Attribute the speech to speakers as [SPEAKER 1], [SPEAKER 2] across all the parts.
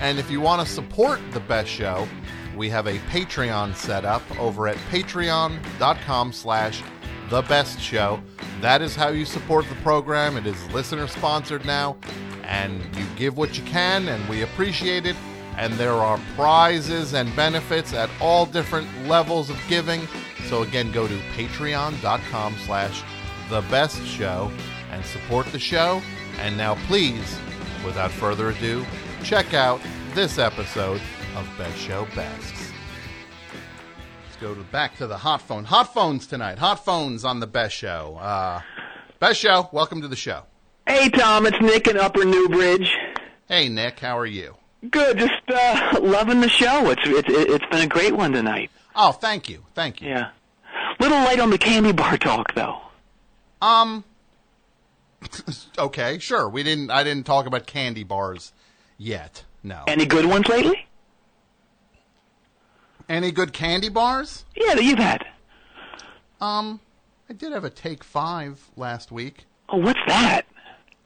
[SPEAKER 1] And if you want to support the best show, we have a Patreon set up over at patreon.com slash the best show. That is how you support the program. It is listener sponsored now, and you give what you can, and we appreciate it. And there are prizes and benefits at all different levels of giving. So again, go to patreon.com slash the best show and support the show. And now please, without further ado, check out this episode of Best Show Bests. Let's go to back to the hot phone. Hot phones tonight. Hot phones on the best show. Uh, best show. Welcome to the show.
[SPEAKER 2] Hey Tom, it's Nick in Upper Newbridge.
[SPEAKER 1] Hey Nick, how are you?
[SPEAKER 2] Good, just uh, loving the show. It's it's it's been a great one tonight.
[SPEAKER 1] Oh, thank you, thank you.
[SPEAKER 2] Yeah, little light on the candy bar talk though.
[SPEAKER 1] Um. okay, sure. We didn't. I didn't talk about candy bars yet. No.
[SPEAKER 2] Any good ones lately?
[SPEAKER 1] Any good candy bars?
[SPEAKER 2] Yeah, that you've had.
[SPEAKER 1] Um, I did have a take five last week.
[SPEAKER 2] Oh, what's that?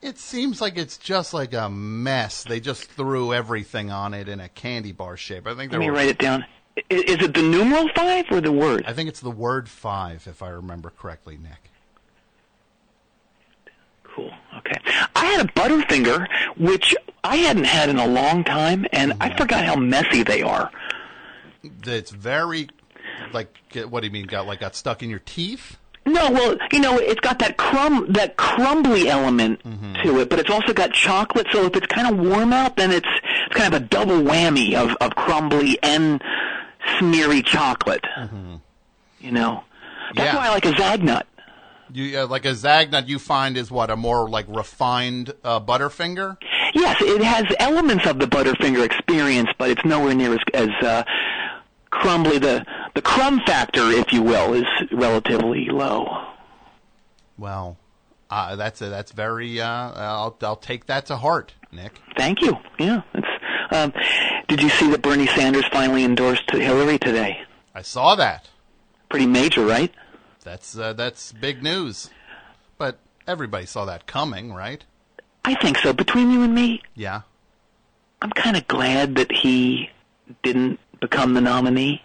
[SPEAKER 1] It seems like it's just like a mess. They just threw everything on it in a candy bar shape. I think there
[SPEAKER 2] Let me
[SPEAKER 1] were,
[SPEAKER 2] write it down. I- Is it the numeral five or the word?
[SPEAKER 1] I think it's the word five, if I remember correctly, Nick.
[SPEAKER 2] Cool. Okay. I had a Butterfinger, which I hadn't had in a long time, and I forgot how messy they are.
[SPEAKER 1] It's very, like, get- what do you mean? Got like got stuck in your teeth?
[SPEAKER 2] No, well, you know, it's got that crumb, that crumbly element to it, but it's also got chocolate. So if it's kind of warm out, then it's it's kind of a double whammy of of crumbly and smeary chocolate. You know, that's
[SPEAKER 1] Yeah.
[SPEAKER 2] why I like a Zagnut.
[SPEAKER 1] You uh, like a Zagnut you find is what a more like refined uh, Butterfinger.
[SPEAKER 2] Yes, it has elements of the Butterfinger experience, but it's nowhere near as as uh, crumbly. The the crumb factor, if you will, is relatively low.
[SPEAKER 1] Well, uh, that's a, that's very. Uh, I'll I'll take that to heart, Nick.
[SPEAKER 2] Thank you. Yeah. It's, um, did you see that Bernie Sanders finally endorsed Hillary today?
[SPEAKER 1] I saw that.
[SPEAKER 2] Pretty major, right?
[SPEAKER 1] That's uh, that's big news. But everybody saw that coming, right?
[SPEAKER 2] I think so. Between you and me,
[SPEAKER 1] Yeah.
[SPEAKER 2] I'm kind of glad that he didn't become the nominee.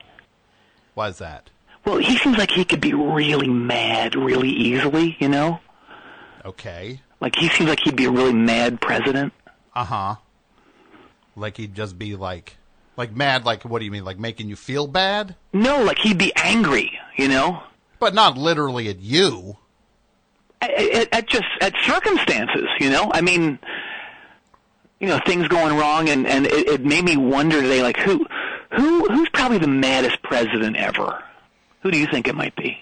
[SPEAKER 1] Why's that?
[SPEAKER 2] Well, he seems like he could be really mad really easily, you know?
[SPEAKER 1] Okay.
[SPEAKER 2] Like, he seems like he'd be a really mad president.
[SPEAKER 1] Uh huh. Like he'd just be like, like mad. Like what do you mean? Like making you feel bad,
[SPEAKER 2] No, like, he'd be angry, you know?
[SPEAKER 1] but not literally at you.
[SPEAKER 2] At, at, at just, at circumstances, you know? I mean, you know, things going wrong, and, and it, it made me wonder today, like, who, who, who's probably the maddest president ever? Who do you think it might be?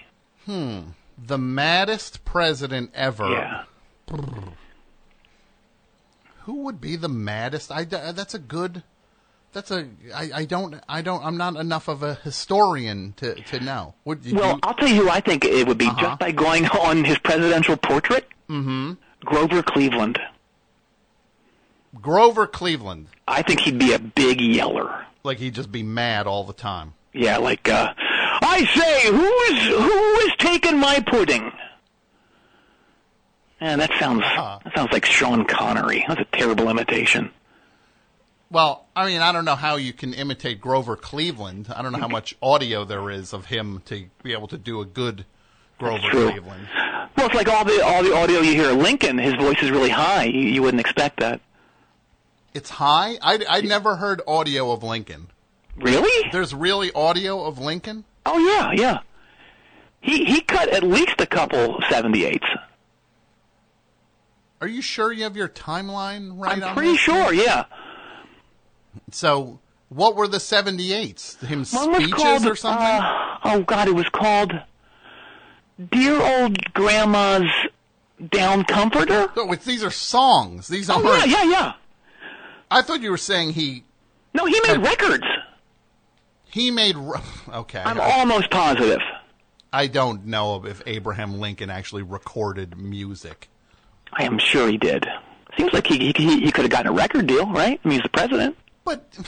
[SPEAKER 1] The maddest president ever.
[SPEAKER 2] Yeah.
[SPEAKER 1] Who would be the maddest? I d- uh, that's a good. That's a. I, I don't. I don't. I'm not enough of a historian to to know. Would you?
[SPEAKER 2] Well,
[SPEAKER 1] you-
[SPEAKER 2] I'll tell you who I think it would be just by going on his presidential portrait. Mm-hmm. Grover Cleveland.
[SPEAKER 1] Grover Cleveland.
[SPEAKER 2] I think he'd be a big yeller.
[SPEAKER 1] Like he'd just be mad all the time.
[SPEAKER 2] Yeah, like uh, I say, who is who is taking my pudding? Yeah, that sounds that sounds like Sean Connery. That's a terrible imitation.
[SPEAKER 1] Well, I mean, I don't know how you can imitate Grover Cleveland. I don't know how much audio there is of him to be able to do a good Grover
[SPEAKER 2] true.
[SPEAKER 1] Cleveland.
[SPEAKER 2] Well, it's like all the all the audio you hear of Lincoln. His voice is really high. You, you wouldn't expect that.
[SPEAKER 1] It's high. I I never heard audio of Lincoln.
[SPEAKER 2] Really?
[SPEAKER 1] There's really audio of Lincoln.
[SPEAKER 2] Oh yeah, yeah. He he cut at least a couple seventy eights.
[SPEAKER 1] Are you sure you have your timeline right?
[SPEAKER 2] I'm
[SPEAKER 1] on
[SPEAKER 2] pretty
[SPEAKER 1] this?
[SPEAKER 2] sure, yeah.
[SPEAKER 1] So, what were the 78s? Him
[SPEAKER 2] One was
[SPEAKER 1] speeches
[SPEAKER 2] called
[SPEAKER 1] or something?
[SPEAKER 2] Uh, oh God, it was called "Dear Old Grandma's Down Comforter."
[SPEAKER 1] no, it's, these are songs. These
[SPEAKER 2] Oh
[SPEAKER 1] aren't.
[SPEAKER 2] yeah, yeah, yeah.
[SPEAKER 1] I thought you were saying he
[SPEAKER 2] No, he made records.
[SPEAKER 1] He made. r- Okay.
[SPEAKER 2] I'm
[SPEAKER 1] I-
[SPEAKER 2] almost positive.
[SPEAKER 1] I don't know if Abraham Lincoln actually recorded music.
[SPEAKER 2] I am sure he did. Seems like he he, he could have gotten a record deal, right? I mean, he's the president.
[SPEAKER 1] But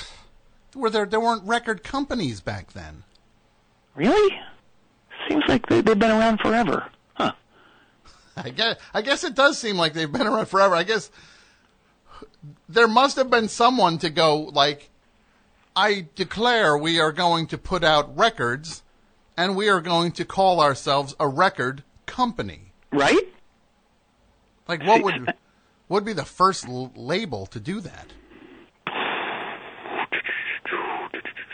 [SPEAKER 1] were there there weren't record companies back then.
[SPEAKER 2] Really? Seems like they, they've been around forever. Huh.
[SPEAKER 1] I guess I guess it does seem like they've been around forever. I guess there must have been someone to go like I declare we are going to put out records and we are going to call ourselves a record company.
[SPEAKER 2] Right?
[SPEAKER 1] Like what would what would be the first l- label to do that?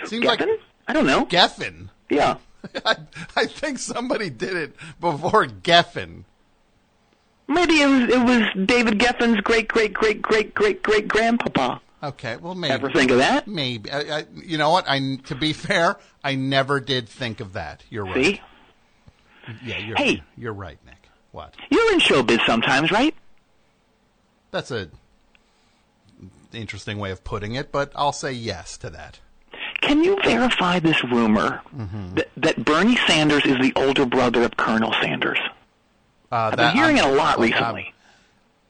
[SPEAKER 1] Seems like
[SPEAKER 2] Geffen? I don't know.
[SPEAKER 1] Geffen.
[SPEAKER 2] yeah.
[SPEAKER 1] I, I think somebody did it before Geffen.
[SPEAKER 2] Maybe it was it was David Geffen's great great great great great great grandpapa.
[SPEAKER 1] Okay, well
[SPEAKER 2] Ever
[SPEAKER 1] maybe
[SPEAKER 2] think of that?
[SPEAKER 1] maybe I, I, you know what? I to be fair, I never did think of that. You're right.
[SPEAKER 2] See,
[SPEAKER 1] Yeah, you're
[SPEAKER 2] Hey.
[SPEAKER 1] you're right, Nick. What?
[SPEAKER 2] you're in showbiz sometimes, right?
[SPEAKER 1] That's a interesting way of putting it, but I'll say yes to that.
[SPEAKER 2] Can you verify this rumor that, that Bernie Sanders is the older brother of Colonel Sanders?
[SPEAKER 1] Uh,
[SPEAKER 2] I've been hearing it a lot
[SPEAKER 1] I'm-
[SPEAKER 2] recently.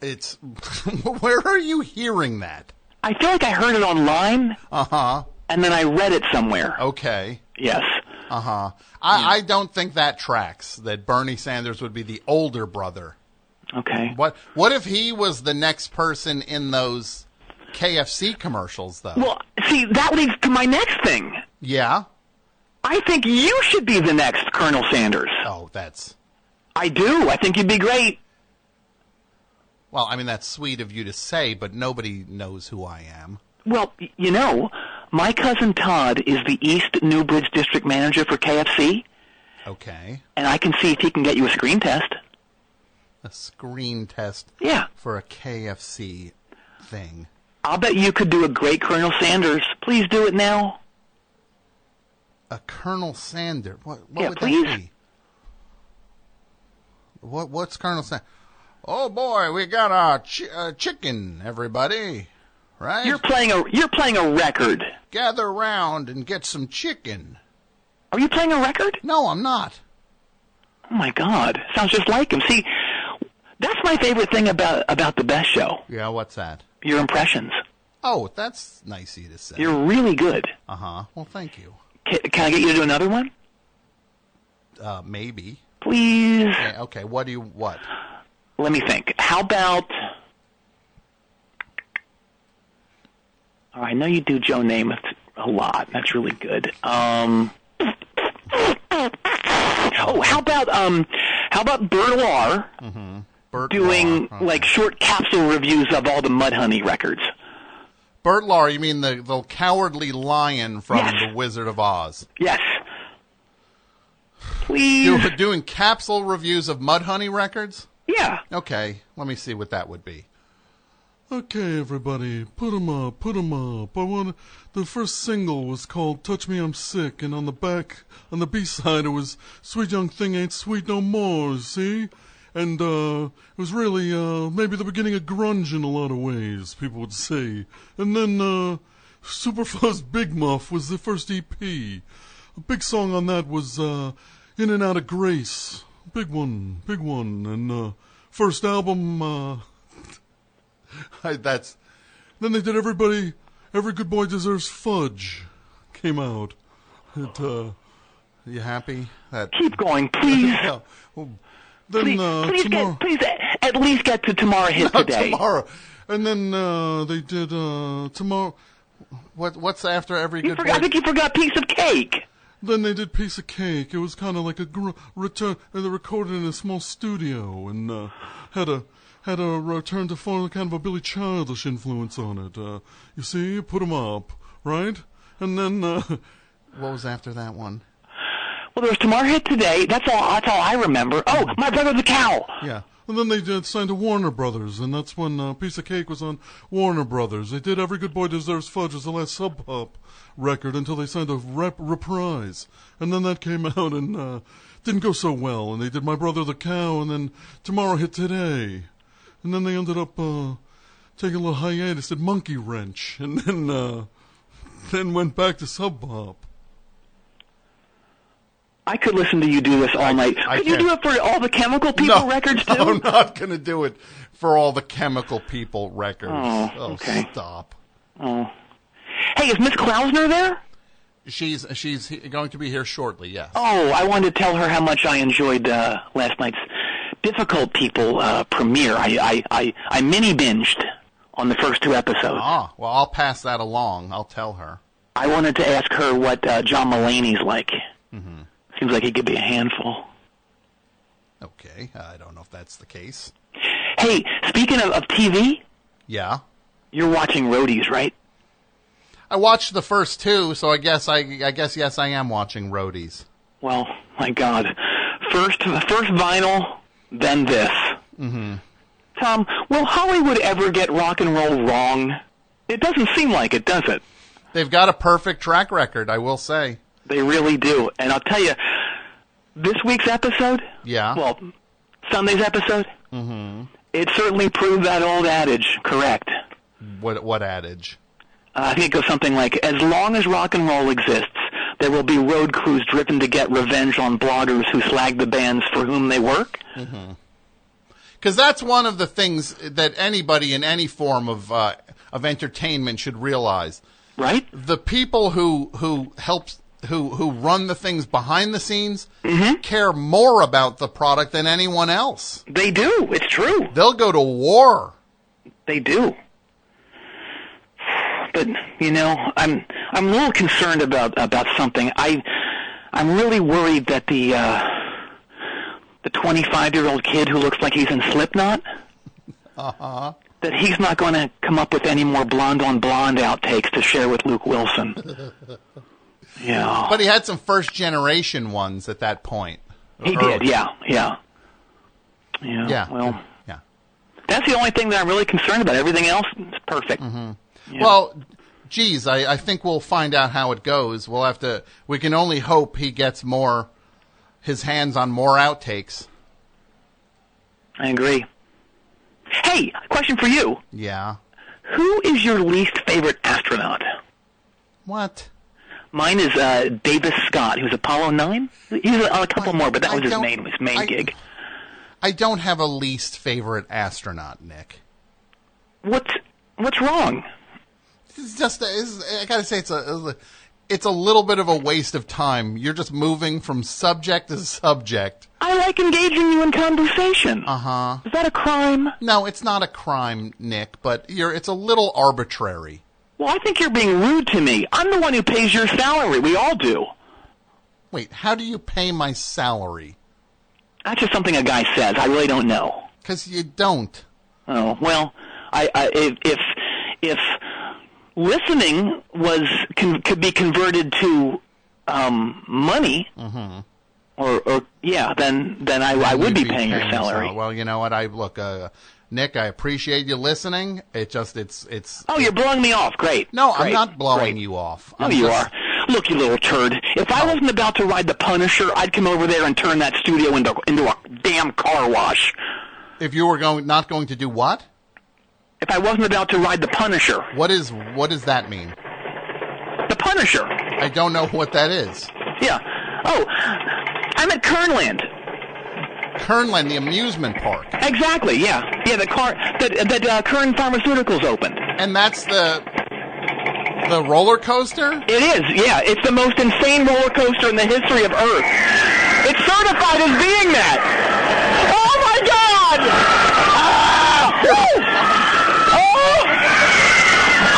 [SPEAKER 1] It's where are you hearing that?
[SPEAKER 2] I feel like I heard it online,
[SPEAKER 1] Uh huh.
[SPEAKER 2] and then I read it somewhere.
[SPEAKER 1] Oh. Okay.
[SPEAKER 2] Yes.
[SPEAKER 1] Uh huh. I, I don't think that tracks. That Bernie Sanders would be the older brother
[SPEAKER 2] Okay.
[SPEAKER 1] What what if he was the next person in those KFC commercials though?
[SPEAKER 2] Well, see, that leads to my next thing.
[SPEAKER 1] yeah.
[SPEAKER 2] I think you should be the next Colonel Sanders.
[SPEAKER 1] Oh, that's
[SPEAKER 2] I do. I think you'd be great.
[SPEAKER 1] well, I mean that's sweet of you to say, but nobody knows who I am.
[SPEAKER 2] Well, y- you know, my cousin Todd is the East Newbridge district manager for KFC,
[SPEAKER 1] Okay.
[SPEAKER 2] and I can see if he can get you a screen test.
[SPEAKER 1] A screen test
[SPEAKER 2] Yeah.
[SPEAKER 1] for a KFC thing.
[SPEAKER 2] I'll bet you could do a great Colonel Sanders. Please do it now.
[SPEAKER 1] A Colonel Sanders. What what
[SPEAKER 2] Yeah,
[SPEAKER 1] would that
[SPEAKER 2] please.
[SPEAKER 1] be? What what's Colonel Sanders? Oh boy, we got our chi- uh, chicken, everybody. Right?
[SPEAKER 2] You're playing a you're playing a record.
[SPEAKER 1] Gather round and get some chicken.
[SPEAKER 2] Are you playing a record?
[SPEAKER 1] No, I'm not.
[SPEAKER 2] Oh my God! Sounds just like him. See, that's my favorite thing about about the best show.
[SPEAKER 1] Yeah, what's that?
[SPEAKER 2] Your impressions.
[SPEAKER 1] Oh, that's nice of you to say.
[SPEAKER 2] You're really good.
[SPEAKER 1] Uh huh. Well, thank you.
[SPEAKER 2] Can, can I get you to do another one,
[SPEAKER 1] Uh, maybe.
[SPEAKER 2] please?
[SPEAKER 1] Okay, okay, what do you what?
[SPEAKER 2] Let me think. How about? Oh, I know you do Joe Namath a lot. That's really good. Um, oh, how about um, how about Bert Lahr
[SPEAKER 1] Bert
[SPEAKER 2] doing
[SPEAKER 1] Lahr.
[SPEAKER 2] like short capsule reviews of all the Mudhoney records?
[SPEAKER 1] Bert Lahr, you mean the the cowardly lion from
[SPEAKER 2] Yes.
[SPEAKER 1] The Wizard of Oz?
[SPEAKER 2] Yes. Please.
[SPEAKER 1] Do, doing capsule reviews of Mudhoney records?
[SPEAKER 2] Yeah.
[SPEAKER 1] Okay, let me see what that would be.
[SPEAKER 3] Okay, everybody, put 'em up, put 'em up. I want the first single was called "Touch Me, I'm Sick," and on the back, on the B side, it was "Sweet Young Thing Ain't Sweet No More." See, and uh, it was really uh, maybe the beginning of grunge in a lot of ways, people would say. And then uh, Superfuzz Big Muff was the first EP. A big song on that was uh, "In and Out of Grace," big one, big one, and uh, first album. Uh,
[SPEAKER 1] That's
[SPEAKER 3] then they did everybody. Every good boy deserves fudge. Came out. It, uh,
[SPEAKER 1] you happy? That
[SPEAKER 2] Keep going, please.
[SPEAKER 1] no.
[SPEAKER 3] then
[SPEAKER 2] Please,
[SPEAKER 3] uh,
[SPEAKER 2] please,
[SPEAKER 3] tomorrow,
[SPEAKER 2] get, please at- at least get to tomorrow hit today.
[SPEAKER 1] tomorrow.
[SPEAKER 3] and then uh, they did uh, tomorrow.
[SPEAKER 1] What what's after every
[SPEAKER 2] You
[SPEAKER 1] good
[SPEAKER 2] forgot, I
[SPEAKER 1] boy?
[SPEAKER 2] think you forgot piece of cake.
[SPEAKER 3] Then they did piece of cake. It was kind of like a gr- return. And they recorded in a small studio and uh, had a had a return to form, kind of a Billy Childish influence on it. Uh, you see, put 'em up, right? And then uh,
[SPEAKER 1] What was after that one?
[SPEAKER 2] Well, there was tomorrow hit today. That's all. That's all I remember. Oh,
[SPEAKER 1] Mm-hmm.
[SPEAKER 2] my brother the cow.
[SPEAKER 1] Yeah.
[SPEAKER 3] And then they did, signed to Warner Brothers, and that's when uh, Piece of Cake was on Warner Brothers. They did Every Good Boy Deserves Fudge as the last Sub Pop record until they signed a rep- reprise. And then that came out and uh, didn't go so well. And they did My Brother the Cow, and then Tomorrow Hit Today. And then they ended up uh, taking a little hiatus at Monkey Wrench. And then uh, then went back to Sub Pop.
[SPEAKER 2] I could listen to you do this all night.
[SPEAKER 1] I
[SPEAKER 2] could you
[SPEAKER 1] can't.
[SPEAKER 2] do it for all the Chemical People records too?
[SPEAKER 1] No, I'm not going to do it for all the Chemical People records.
[SPEAKER 2] Oh, okay.
[SPEAKER 1] stop.
[SPEAKER 2] Oh. Hey, is Miss Klausner there?
[SPEAKER 1] She's she's he- going to be here shortly. Yes.
[SPEAKER 2] Oh, I wanted to tell her how much I enjoyed uh, last night's Difficult People uh, premiere. I, I, I, I mini binged on the first two episodes.
[SPEAKER 1] Ah, well, I'll pass that along. I'll tell her.
[SPEAKER 2] I wanted to ask her what uh, John Mulaney's like.
[SPEAKER 1] Mm-hmm.
[SPEAKER 2] Seems like he could be a handful.
[SPEAKER 1] Okay. I don't know if that's the case.
[SPEAKER 2] Hey, speaking of, of TV,
[SPEAKER 1] Yeah.
[SPEAKER 2] you're watching Roadies, right?
[SPEAKER 1] I watched the first two, so I guess I I guess yes, I am watching Roadies.
[SPEAKER 2] Well, my God, first first vinyl, then this. Mm-hmm. Tom, will Hollywood ever get rock and roll wrong? It doesn't seem like it, does it?
[SPEAKER 1] They've got a perfect track record, I will say.
[SPEAKER 2] They really do. And I'll tell you, this week's episode,
[SPEAKER 1] Yeah.
[SPEAKER 2] well, Sunday's episode, mm-hmm. it certainly proved that old adage correct.
[SPEAKER 1] What what adage?
[SPEAKER 2] Uh, I think it goes something like, as long as rock and roll exists, there will be road crews driven to get revenge on bloggers who slag the bands for whom they work.
[SPEAKER 1] Because that's one of the things that anybody in any form of uh, of entertainment should realize.
[SPEAKER 2] Right?
[SPEAKER 1] the people who who helps who who run the things behind the scenes care more about the product than anyone else.
[SPEAKER 2] They do. It's true.
[SPEAKER 1] They'll go to war.
[SPEAKER 2] They do. But you know, I'm I'm a little concerned about about something. I I'm really worried that the uh, the 25 year old kid who looks like he's in Slipknot, that he's not going to come up with any more blonde on blonde outtakes to share with Luke Wilson. yeah,
[SPEAKER 1] But he had some first generation ones at that point.
[SPEAKER 2] he
[SPEAKER 1] Early.
[SPEAKER 2] did. Yeah, yeah, yeah.
[SPEAKER 1] Yeah.
[SPEAKER 2] Well,
[SPEAKER 1] yeah.
[SPEAKER 2] that's the only thing that I'm really concerned about. Everything else is perfect.
[SPEAKER 1] Well, geez, I, I think we'll find out how it goes. We'll have to. We can only hope he gets more his hands on more outtakes.
[SPEAKER 2] I agree. Hey, question for you.
[SPEAKER 1] Yeah.
[SPEAKER 2] Who is your least favorite astronaut?
[SPEAKER 1] What?
[SPEAKER 2] Mine is uh, Davis Scott, who's Apollo 9. He's on a couple more, but that
[SPEAKER 1] I
[SPEAKER 2] was his
[SPEAKER 1] don't-
[SPEAKER 2] main, his main
[SPEAKER 1] I-
[SPEAKER 2] gig.
[SPEAKER 1] I don't have a least favorite astronaut, Nick.
[SPEAKER 2] What's, what's wrong?
[SPEAKER 1] it's just it's, I gotta say it's a it's a little bit of a waste of time. You're just moving from subject to subject.
[SPEAKER 2] I like engaging you in conversation. Uh-huh. Is that a crime?
[SPEAKER 1] No, it's not a crime, Nick, but you're it's a little arbitrary.
[SPEAKER 2] Well, I think you're being rude to me. I'm the one who pays your salary. We all do.
[SPEAKER 1] Wait, how do you pay my salary?
[SPEAKER 2] That's just something a guy says. I really don't know.
[SPEAKER 1] Because you don't.
[SPEAKER 2] Oh well, I, I if if if listening was con, could be converted to um, money, or or yeah, then then I, I would
[SPEAKER 1] Mm-hmm. You'd
[SPEAKER 2] be paying your
[SPEAKER 1] sal-
[SPEAKER 2] salary.
[SPEAKER 1] Well, you know what? I look, uh, Nick. I appreciate you listening. It just it's it's.
[SPEAKER 2] oh, you're blowing me off. Great.
[SPEAKER 1] no, I'm
[SPEAKER 2] Great.
[SPEAKER 1] not blowing
[SPEAKER 2] Great.
[SPEAKER 1] you off.
[SPEAKER 2] No,
[SPEAKER 1] I'm
[SPEAKER 2] you
[SPEAKER 1] just-
[SPEAKER 2] are. Look, you little turd. If I wasn't about to ride the Punisher, I'd come over there and turn that studio into into a damn car wash.
[SPEAKER 1] If you were going not going to do what?
[SPEAKER 2] If I wasn't about to ride the Punisher,
[SPEAKER 1] What is what does that mean?
[SPEAKER 2] the Punisher.
[SPEAKER 1] I don't know what that is.
[SPEAKER 2] Yeah. Oh, I'm at Kernland.
[SPEAKER 1] Kernland, the amusement park.
[SPEAKER 2] Exactly. Yeah. Yeah. The car that that uh, Kern Pharmaceuticals opened.
[SPEAKER 1] And that's the the roller coaster?
[SPEAKER 2] It is. Yeah. It's the most insane roller coaster in the history of Earth. It's certified as being that. Oh my God! Ah! Woo! Oh!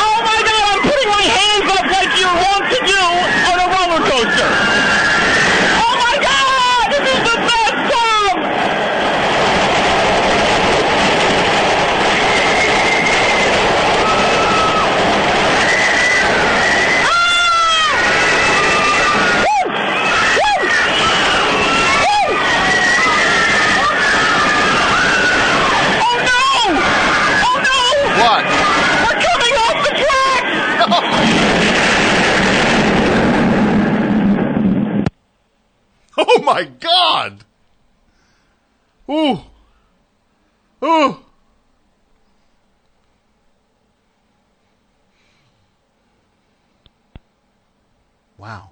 [SPEAKER 2] Oh my God! I'm putting my hands up like you want to do on a roller coaster. Oh my God! This is the best time. Oh no! Oh no!
[SPEAKER 1] What?
[SPEAKER 2] We're coming off the track!
[SPEAKER 1] Oh my god!
[SPEAKER 3] Ooh! Ooh!
[SPEAKER 1] Wow.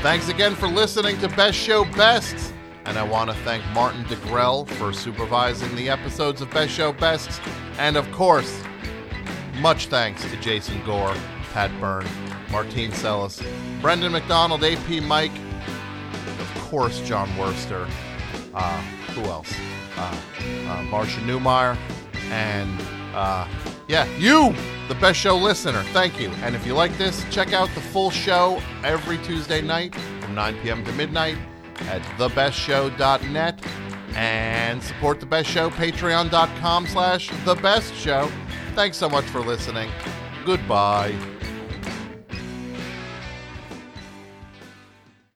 [SPEAKER 1] Thanks again for listening to Best Show Best. And I want to thank Martin DeGrell for supervising the episodes of Best Show Best. And of course, much thanks to Jason Gore, Pat Byrne, Martine Sellis, Brendan McDonald, AP Mike, of course, John Worster. Uh, who else? Uh, uh, Marcia Newmeyer. And uh, yeah, you, the best show listener. Thank you. And if you like this, check out the full show every Tuesday night from 9 p.m. to midnight at thebestshow.net and support the best show patreon.com slash the best show thanks so much for listening goodbye